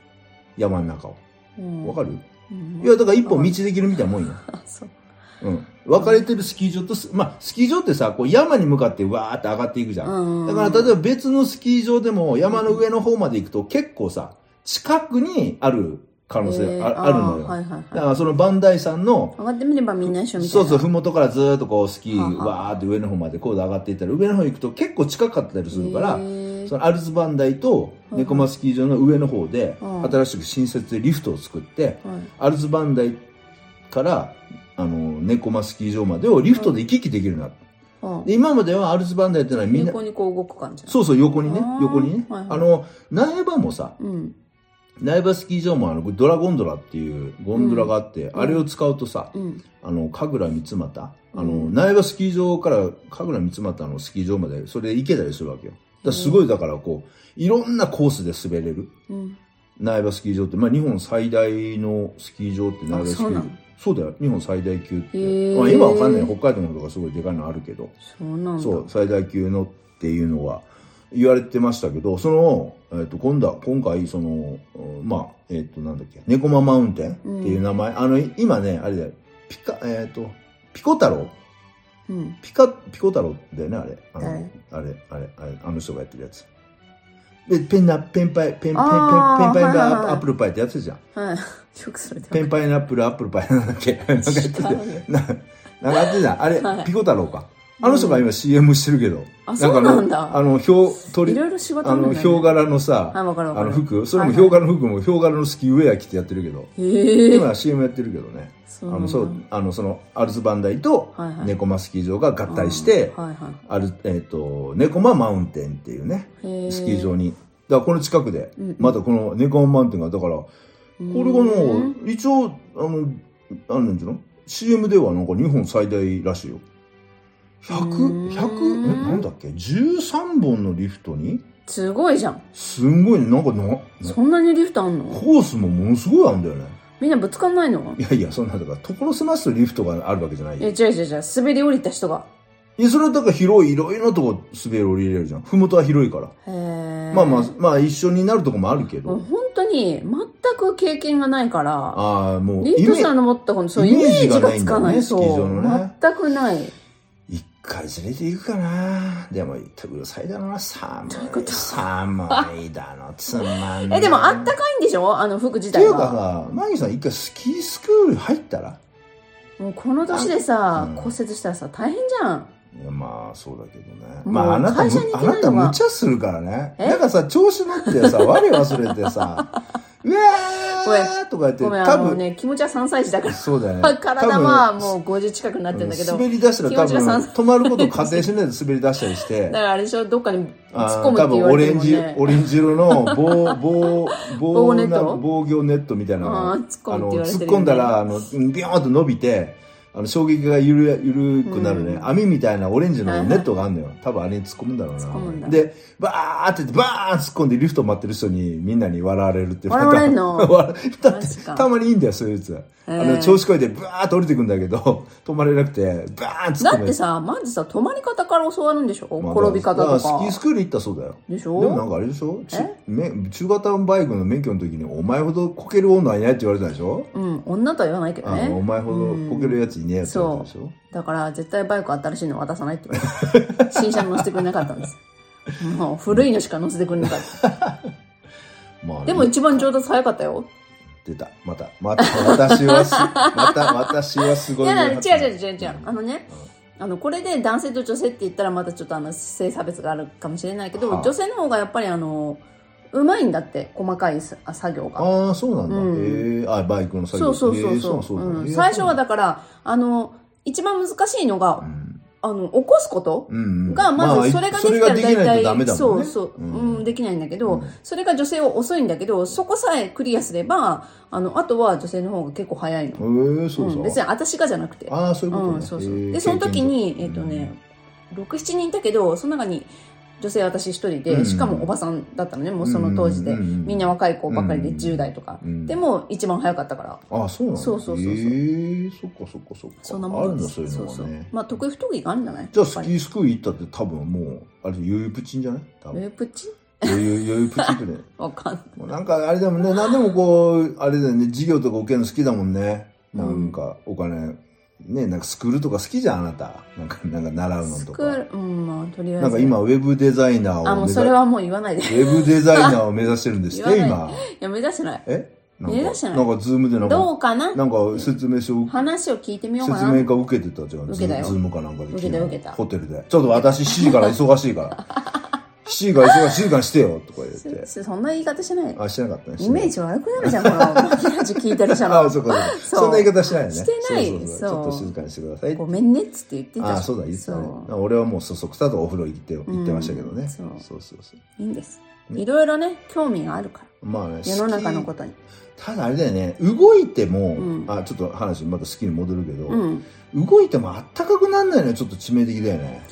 山の中を。うんわかる、うんいや、だから一本道できるみたいなもんよ。あそううん。分かれてるスキー場とス、まあ、スキー場ってさ、こう山に向かってわーって上がっていくじゃん。だから、例えば別のスキー場でも山の上の方まで行くと結構さ、近くにある可能性あ,、あるのーよ。はいはいだはいからそのバンダイさんの、上がってみればみんな一緒みたいなそうそう、ふもとからずーっとこうスキはー、はわーって上の方まで高度上がっていったら、上の方行くと結構近かったりするから、へーそのアルツバンダイとうん猫マスキー場の上の方で、うん新しく新設でリフトを作って、はいアルツバンダイから、あの、猫マスキー場までをリフトで行き来できるようになったうんで今まではアルツバンダイってのはみんな横、にこう動く感じそうそう、横にねあ、ー横にね。はいはいあの、苗場もさ、ううん苗場スキー場もあの、ドラゴンドラっていうゴンドラがあって、んあれを使うとさ、うんあの、神楽三俣、あの、うん苗場スキー場から神楽三俣のスキー場まで、それで行けたりするわけよ。だからすごい、だからこう、いろんなコースで滑れる。うん苗場スキー場って、まあ日本最大のスキー場って苗場スキあそーうな場の。そうだよ。日本最大級っへて。ーまあ今わかんない。北海道のとかすごいでかいのあるけど。そうなんだそう、最大級のっていうのは言われてましたけど、その、えっ、と、今度は、今回、その、うんまあ、えっ、と、なんだっけ、猫ママウンテンっていう名前、あの、今ね、あれだよ、ピカ、えっ、と、ピコ太郎うんピカ、ピコ太郎だよね、あれ。あの、はいあれ、あれ、あれ、あの人がやってるやつ。で、ペンナ、ペンパイ、ペン、ペン、ペン、ペンあーパイナッはいプルはいはいアップルパイってやつじゃん。はい よくそれでペンパイナップルアップルパイなんだっけなんかやって た違うよななんかやってたじゃん。あれ、はいピコ太郎か。あの人が今 CM してるけど。あそうなんだかあの、あの、表、い鳥、ろいろ仕事あの、ヒョウが柄のはいさ、わかるわあかのる服、それもはいヒョウ柄の服もヒョウ柄のスキーウェア着てやってるけど、へえ今 CM やってるけどね。あそうなんだの、そう、あの、その、アルツバンダイとはいはいネコマスキー場が合体して、はいはある、えっと、ネコママウンテンっていうね、いへースキー場に。だからこの近くでうんうん、またこのネコママウンテンが、だから、これがうなんか、一応、あの、あるんじゃない ?CM ではなんか日本最大らしいよ。うーん100、100、え、なんだっけ ?13 本のリフトにすごいじゃん。すんごいねなんかのそんなにリフトあんのコースもものすごいあるんだよねみんなぶつかんないのいやいやそんなだから所狭しとリフトがあるわけじゃないえ、よ違う違う違う。滑り降りた人が。いやそれはだから広いいろいろなとこ滑り降りれるじゃん麓は広いから、へーまあまあまあ一緒になるとこもあるけど、もう本当に全く経験がないから、ああもうリイフトメさんの持ったこの、そう、イイメーメージジががないつんかだよねない。そスキー場うのね。全くない。一回連れて行くかなでも言ってうるさいだろうな寒どういうこいと寒いだのつまんな いえ、でもあったかいんでしょあの服自って体いうかは。さマギさん一回スキースクール入ったらもうこの年でさうん、骨折したらさ、大変じゃん。いやまあそうだけどねもうまああなた会社にむ行あけなないのがた無茶するからねえなんかさ調子乗っ てさ我忘れてさ「うわー!」とか言ってごめん、多あの分ね、気持ちは3歳児だから。そうだよね 体は多分もう50近くなってんだけど。滑り出したら多気持ちが分止まることを仮定しないで滑り出したり しだてからあれでしょ、どっかに突っあ込ーむって多言分わオれてるもレンんねジ、 オレンジ色の棒、棒、棒棒ネッな、ト防御ネットみたいなのが、ああーの、突っ込むって言われてる突っよね込んだら、あの、ビヨーンと伸びて、あの、衝撃がゆるや、ゆるくなるね、うん網みたいなオレンジのネットがあるのよ。多分あれに突っ込むんだろう突っ込むんだな。で、バーって言って、バーン突っ込んでリフト待ってる人にみんなに笑われるっていう。笑われんの 笑だってマジかたまにいいんだよ、そういうやつ。あえーの、調子こいてバーッと降りてくんだけど、 止まれなくて、バーン突っ込だむ。ってさ、まずさ、止まり方から教わるんでしょまあ、転び方だとらスキースか。クール行ったそうだよ。でしでもなょんかあれでしょちえめ中型バイクの免許の時にお前ほどこける女はいないって言われたでしょ、うん、女とは言わないけどあのおね。前ほどこけるやついねえやつって言われたでしょだから、絶対バイク新しいの渡さないって言われて新車乗せてくれなかったんです。もう、古いのしか乗せてくれなかった。まあねでも一番上達早かったよ。出たまたまた私はす また私はすいごいや、違うね違う違う違う。あのねうん、あの、これで男性と女性って言ったらまたちょっとあの、性差別があるかもしれないけど、はあ女性の方がやっぱりあの、うまいんだって、細かいすあ作業が。ああそうなんだ、うんへえあバイクの作そ業うそうへそうえそう。そうなんだうへん、え最初はだから、あの、一番難しいのが、うんあの、起こすことうんうんが、まずそれができたらそれ大ができないとダメ体、だそもんうねそう、うんうん、できないんだけど、うんそれが女性は遅いんだけど、そこさえクリアすれば、あの、あとは女性の方が結構早いの。へえそうそう、ん、別に私がじゃなくて。ああそういうことね、うん、そうそへう。えで、その時に、え経っ、験と上ね、6、7人いたけど、その中に女性私一人で、うんしかもおばさんだったのね、もうその当時で。うんうんうんうんみんな若い子ばかりでうん10代とか。うんでも、一番早かったから。あそうなんだそうそうそうそうへえそっかそっかそっかそんなもんあるんでだすそういうのそはうそうねまあ、得意不得意があるんじゃないじゃあやっスぱキりースクール行ったって多分もう、あれ、余裕プチンじゃない多分。えプチ余裕、余裕プチンくらい。 わかんない。もうなんかあれでもね、なんでもこう、あれだよね、授業とか受けるの好きだもんね。なんかお金、ね、なんかスクールとか好きじゃん、あなた。なんか、なんか習うのスとクか。ール、うん、まあ、とりあえず。なんか今、ウェブデザイナーをあ、もう目それ指はもう言わ ないで。いウェブデザイナーを目指してるんですって、言わ今。や、目指して ない。えなん目か、指してないなんかズームでなんどか、うかななんか説明書を話を聞いてみようか説な明。会受けてたじゃん。受けたよズズームかなんかで。受けた昨日受けたホテルで。ちょっと私7時から忙しいから。7 時から忙しい、静かにしてよとか言って。そそんな言い方しない。あ、してなかったね。イメージ悪くなるじゃん、この、マ キラジ聞いてるじゃあ、んそ。うかそうか。そうそんな言い方しないよね。してないそうそうそうちそうょっと静かにしてください。ごめんねっつって言ってたじゃんあ、そうだ、言ってたねそ。う俺はもうそそくさとお風呂行って、行ってましたけどうんね。そそううそうそう。いいんです。ねいろいろね、興味があるから。まあね、。世の中のこととに。ただあれだよね、動いてもうん、あ、ちょっと話また好きに戻るけうど、ん。動いてもあったかくなんないのはちょっと致命的だよね。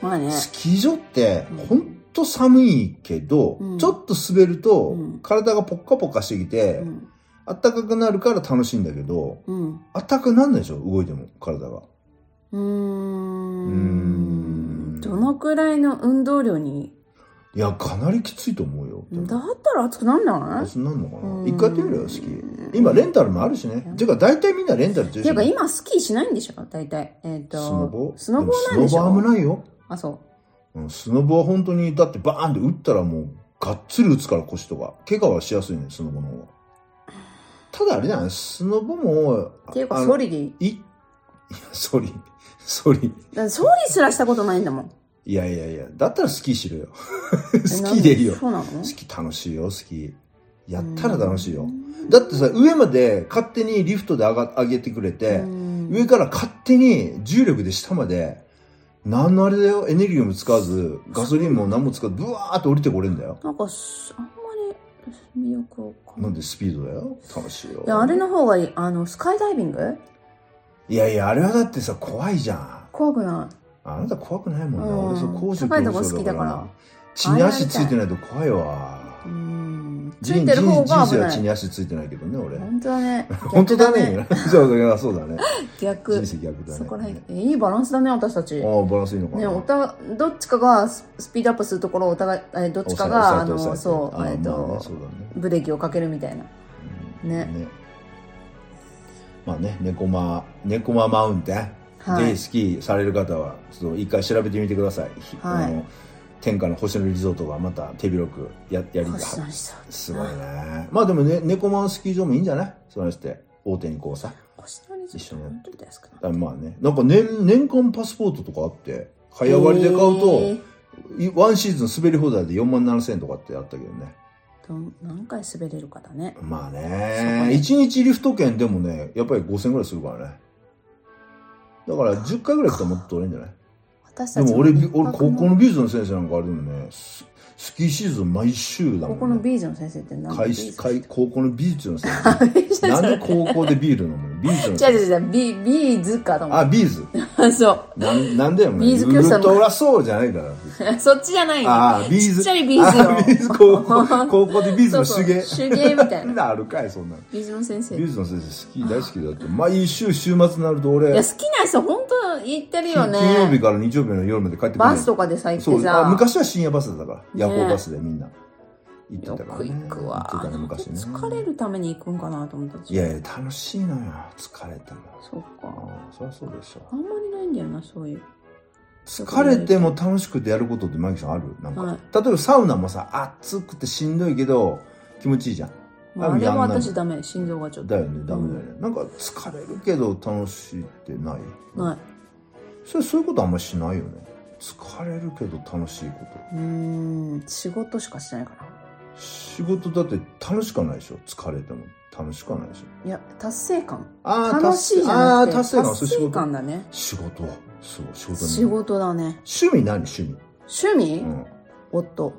まあね。スキー場ってうんほんと寒いけど、うんちょっと滑るとうん体がポッカポカしてきて、うん。あったかくなるから楽しいんだけど、うん。あったかくなんないでしょ動いても体が。うーうーんんどのくらいの運動量にいや、かなりきついと思うよ。だったら熱くなんないそうなんのかうなん一回やってみるよ、スキー。今、レンタルもあるしね。ていうか、大体みんなレンタル中っ心ていうか今スキーしないんでしょ大体。えっ、と、ススノノボボはなんでしスノボょ危ないよ。あ、そう。うん、スノボは本当に、だってバーンって打ったらもう、がっつり打つから腰とか。怪我はしやすいね、スノボの方が。ただあれじゃないスノボも、っていうかあソリでいい。い、いや、 ソリ、ソリ。だってソリすらしたことないんだもん。いやいやいや、だったらスキーしろよ。え スキーでいいよなん。そうなのスキー楽しいよ、スキー。やったら楽しいよ。。っだってさ、上まで勝手にリフトで上が上げてくれて、上から勝手に重力で下まで、何のあれだよ、エネルギーも使わず、ガソリンも何も使わず、ブワーっと降りてこれんだよ。なんかす、あんまり魅力を感じなんでスピードだよ楽しいよ。いや、あれの方がいい。あの、スカイダイビングいやいや、あれはだってさ、怖いじゃん。怖くなあなた怖くないもんな。うん俺そう、高所高いとこ恐好怖症きだからな血に足ついてないと怖いわ。うんつ人いてる方が危人生なはい血に足ついてないけどね、俺。本当だね本当だね。そうだ ね。そうだね。逆だ人ね生逆逆だね。そこら辺いいバランスだね私たちああ、バランスいいのかな。ね、おたどっちかがススピードアップするところをお互いえどっちかがあ抑えの抑そうええって抑えとてああまあねブレーキをかけるみたいなそうだね。ねまあね、猫マ、猫ママウンテン。はでいスキーされる方はちょっと一回調べてみてください、ひはいあの天下の星野リゾートがまた手広くややりた星野リゾーすごいねまあでもね猫マンスキー場もいいんじゃないそうして大手にこうさト星野リゾ一緒ーにトやっ本当に安くなあまあねなんか年年間パスポートとかあって早割りで買うえとーいワンシーズン滑り放題で4万7000円とかってあったけどねどん何回滑れるかだねまあそうねね1日リフト券でもねやっぱり5000円ぐらいするからねだから10回ぐらい行ったらもっと取れんじゃない私でたちも俺、俺、一泊の高校の美術の先生なんかあれでもね、ススキーシーズン毎週だ高も校んのね。ビーズの先生って何会ビーズ会高校の美術の先あびっ くりした生。なそんれで高校でビール飲むの美術の違う先違う違うビビーズかと生。思あ、ビーズ。う そなんなんだよ、ビーズ教室ウのルトラソウルじゃないから。うそっちじゃないよあービーズ。ちっちゃいビーズよあビーズ高校、 高校でビーズそのうそ手う芸。手芸みたいなんな だあるかい、そんなの。ビーズの先生ビーズの先生、スキー大好きだって。毎週週末になると俺、いや好きな人本当行ってる金よね金曜日から日曜日の夜まで帰ってくる。バスとかでさ行ってそうさあ昔は深夜バスだからね夜行バスでみんな行ってよたから、くね、行くわ行ってたね昔ね疲れるために行くんかなと思ったいやいや楽しいのよ疲れてもそっかああそりゃそうでしょあんまりないんだよなそういう疲れても楽しくてやることってマギさんあるなんか、はい例えばサウナもさ暑くてしんどいけど気持ちいいじゃんまあああれはやんない私ダメ心臓がちょっとだよねダメだよね、なんか疲れるけど楽しいってないないそれそういうことあんましないよね疲れるけど楽しいことうーん仕事しかしないかな仕事だって楽しくはないでしょ疲れても楽しくはないでしょいや達成感あー楽しいじゃあなあくー、て達成感、そ達う仕成事。感だね仕事は、そう、仕事に仕事だね趣味何趣味。趣味、うん。あ夫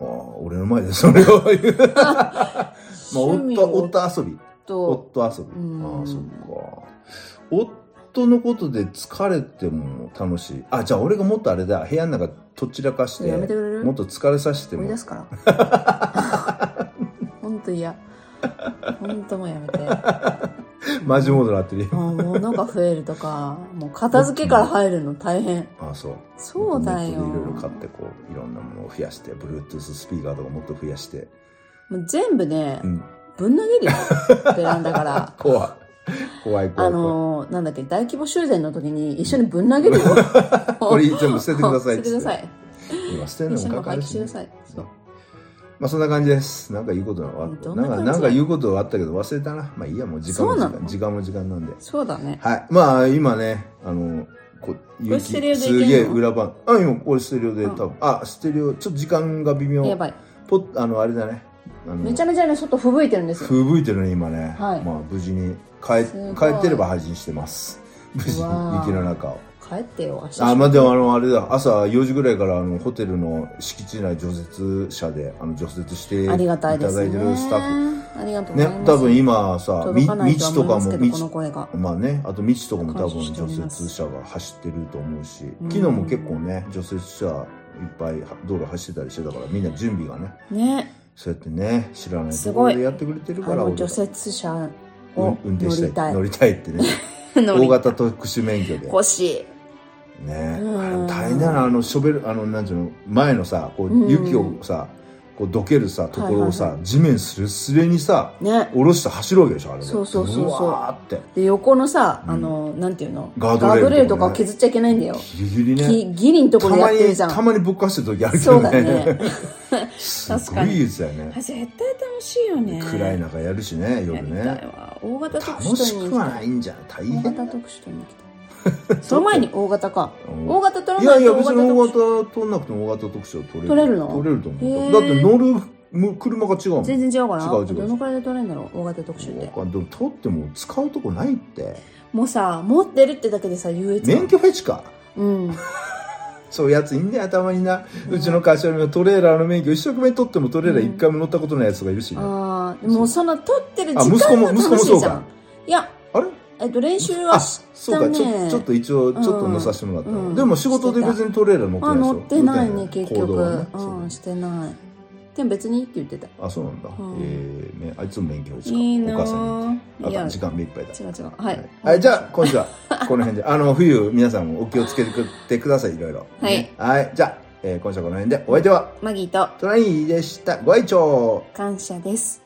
あ、俺の前でそれを言 う。まあ、趣味夫、夫遊び。夫夫遊び。うんああ、そっか。夫のことで疲れても楽しい。あ、じゃあ俺がもっとあれだ、部屋の中とっちらかして、やめてくれるもっと疲れさせて追いも出。すから 本当嫌本当もうやめてマジモードになってるあ。ー物が増えるとかもう片付けから入るの大変ああ、そう。そうだよネットでいろいろ買って、こう、いろんなものを増やして、Bluetooth スピーカーとかもっと増やして。もう全部ねうん。ぶん投げるよベランダ から怖い。怖い、怖い。怖あいのーなんだっけ大規模修繕の時に一緒にぶん投 げるよこれ全部捨ててください捨てっつってください今捨てるの一緒もにかか廃る棄してし、くださね、いそうまあそんな感じですなんか言うことはあっどたんななん感かじなんか言うことはあったけど忘れたなまあいいやもう時間もそう時な間の時間も時間なんでそうだねはいまあ今ねあのこゆステレオでいけんすのげえ裏番あ今これステレオでうん多分あステレオちょっと時間が微妙やばいポあのあれだねあのめちゃめちゃね外吹雪いてるんですよ吹雪いてるね今ね、はいまあ無事に帰すごい帰ってれば配信してます無事うにわー雪の中を帰ってよ明日あ、まあ、でもあの、あれだ、朝4時ぐらいから、あの、ホテルの敷地内除雪車で、あの、除雪していあただいりてがたいですねるスタッありがとうフ。ござねいます、多分今さ、届かなみ道いとはと思いかますも、けどこの道、声がまあね、あと道とかも多感謝分して除おります雪車が走ってると思うし、うん昨日も結構ね、除雪車いっぱいは道路走ってたりしてたから、みんな準備がね、ねそうやってね、知らないすとごこいろでやってくれてるあから、の俺除ら雪車うをん運乗転しりたたい。い乗りたいってね、 乗大りたい型特殊免許で。欲しいねうんあれも大変だなあのショベルあのなんていうの前のさこうんう雪をさこうどけるさところをさ、はいは地面すれすれにさね下ろして走るわけでしょあれでそうそうそうそうわーってで横のさ、うんあのなんていうのガードレールとかねレールとか削っちゃいけないんだよ、ギリギリねぎギリのところたやまってるにじゃたんまにぶっかしてる時あるけそうどだねね す確ごかにい技術だよね絶対楽しいよね暗い中やるしね夜やりたいねわ大型特殊楽しとにくはないんじゃん大変大型特殊とに行きたいその前に大型かうん大型取らいやないいやと別に大大型特殊型取んなくても大型特殊は取れる取れるの取れると思へーうだって乗るむ車が違うもん全然違うかな違う違うどのくらいで取れるんだろう大型特殊ってわかんでも取っても使うとこないってもうさ持ってるってだけでさ優越感免許フェチかうんそういうやついいんだよたまにな、うちの会社にもトレーラーの免許一生懸命取ってもトレーラー一回も乗ったことないやつがいるしね、あああもうその取ってる時息子間もが息子も楽しそいうじゃかんいやあれえっと、練習はしそうか、ちだょねちょっと一応んちょっと乗させてもらったの、うんでも仕事で別にトレーラー乗ってあないでしょ乗ってないね運転結行局、動はねそううんしてないでも別にいいって言ってたあそうなんだ、うんえーね、あいつも勉強時間いいなお母さんにぁあいかやん時間目いっぱいだ違う違うはい、はい、じゃあ今 週はこの辺であの冬皆さんもお気をつけてくださいいろいろはいねはいじゃあ、えー今週はこの辺でお相手はマギーとトライでしたご愛聴感謝です